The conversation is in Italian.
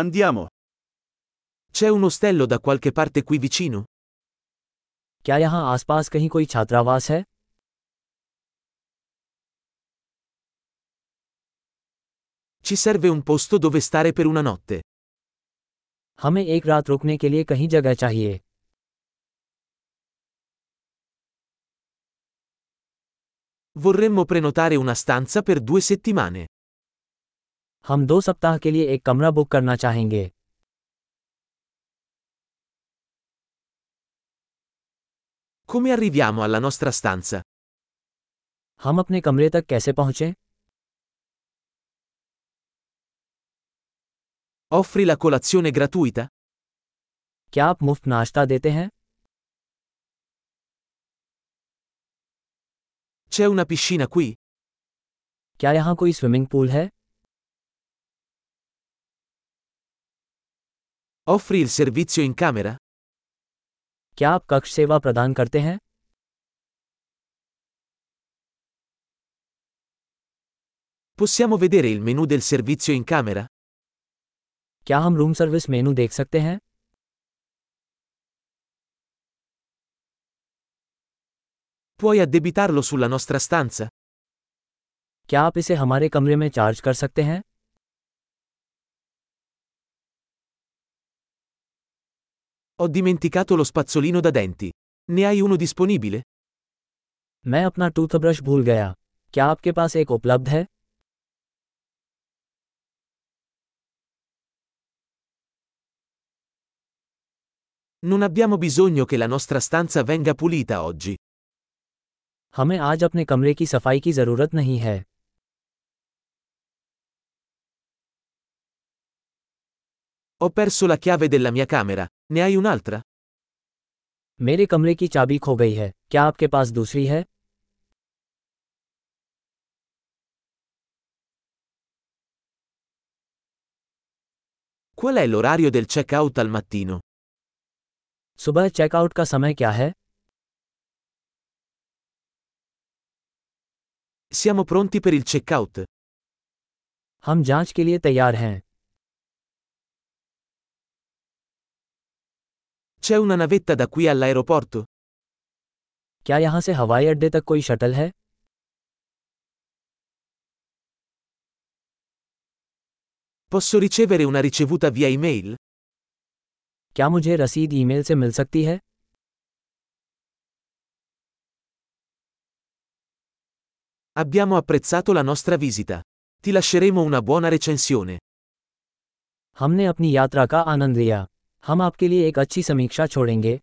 Andiamo. C'è un ostello da qualche parte qui vicino? क्या यहाँ आसपास कहीं कोई छात्रावास है Ci serve un posto dove stare per una notte. हमें एक रात रुकने के लिए कहीं जगह चाहिए Vorremmo prenotare una stanza per due settimane. हम दो सप्ताह के लिए एक कमरा बुक करना चाहेंगे Come arriviamo alla nostra stanza? हम अपने कमरे तक कैसे पहुँचें Offri la colazione gratuita? क्या आप मुफ्त नाश्ता देते हैं C'è una piscina qui? क्या यहाँ कोई स्विमिंग पूल है Offri il servizio in camera? क्या आप कक्ष सेवा प्रदान करते हैं Possiamo vedere il menu del servizio in camera? क्या हम रूम सर्विस मेनू देख सकते हैं Puoi addebitarlo sulla nostra stanza? क्या आप इसे हमारे कमरे में चार्ज कर सकते हैं Ho dimenticato lo spazzolino da denti. Ne hai uno disponibile? मैं अपना टूथब्रश भूल गया क्या आपके पास एक उपलब्ध है Non abbiamo bisogno che la nostra stanza venga pulita oggi. हमें आज अपने कमरे की सफाई की ज़रूरत नहीं है Ho perso la chiave della mia camera. Ne hai un'altra? मेरे कमरे की चाबी खो गई है क्या आपके पास दूसरी है Qual è l'orario del check-out al mattino? सुबह चेकआउट का समय क्या है Siamo pronti per il check-out. हम जांच के लिए तैयार हैं C'è una navetta da qui all'aeroporto? क्या यहाँ से हवाई अड्डे तक कोई शटल है Posso ricevere una ricevuta via email? क्या मुझे रसीद ईमेल से मिल सकती है Abbiamo apprezzato la nostra visita. Ti lasceremo una buona recensione. हमने अपनी यात्रा का आनंद लिया हम आपके लिए एक अच्छी समीक्षा छोड़ेंगे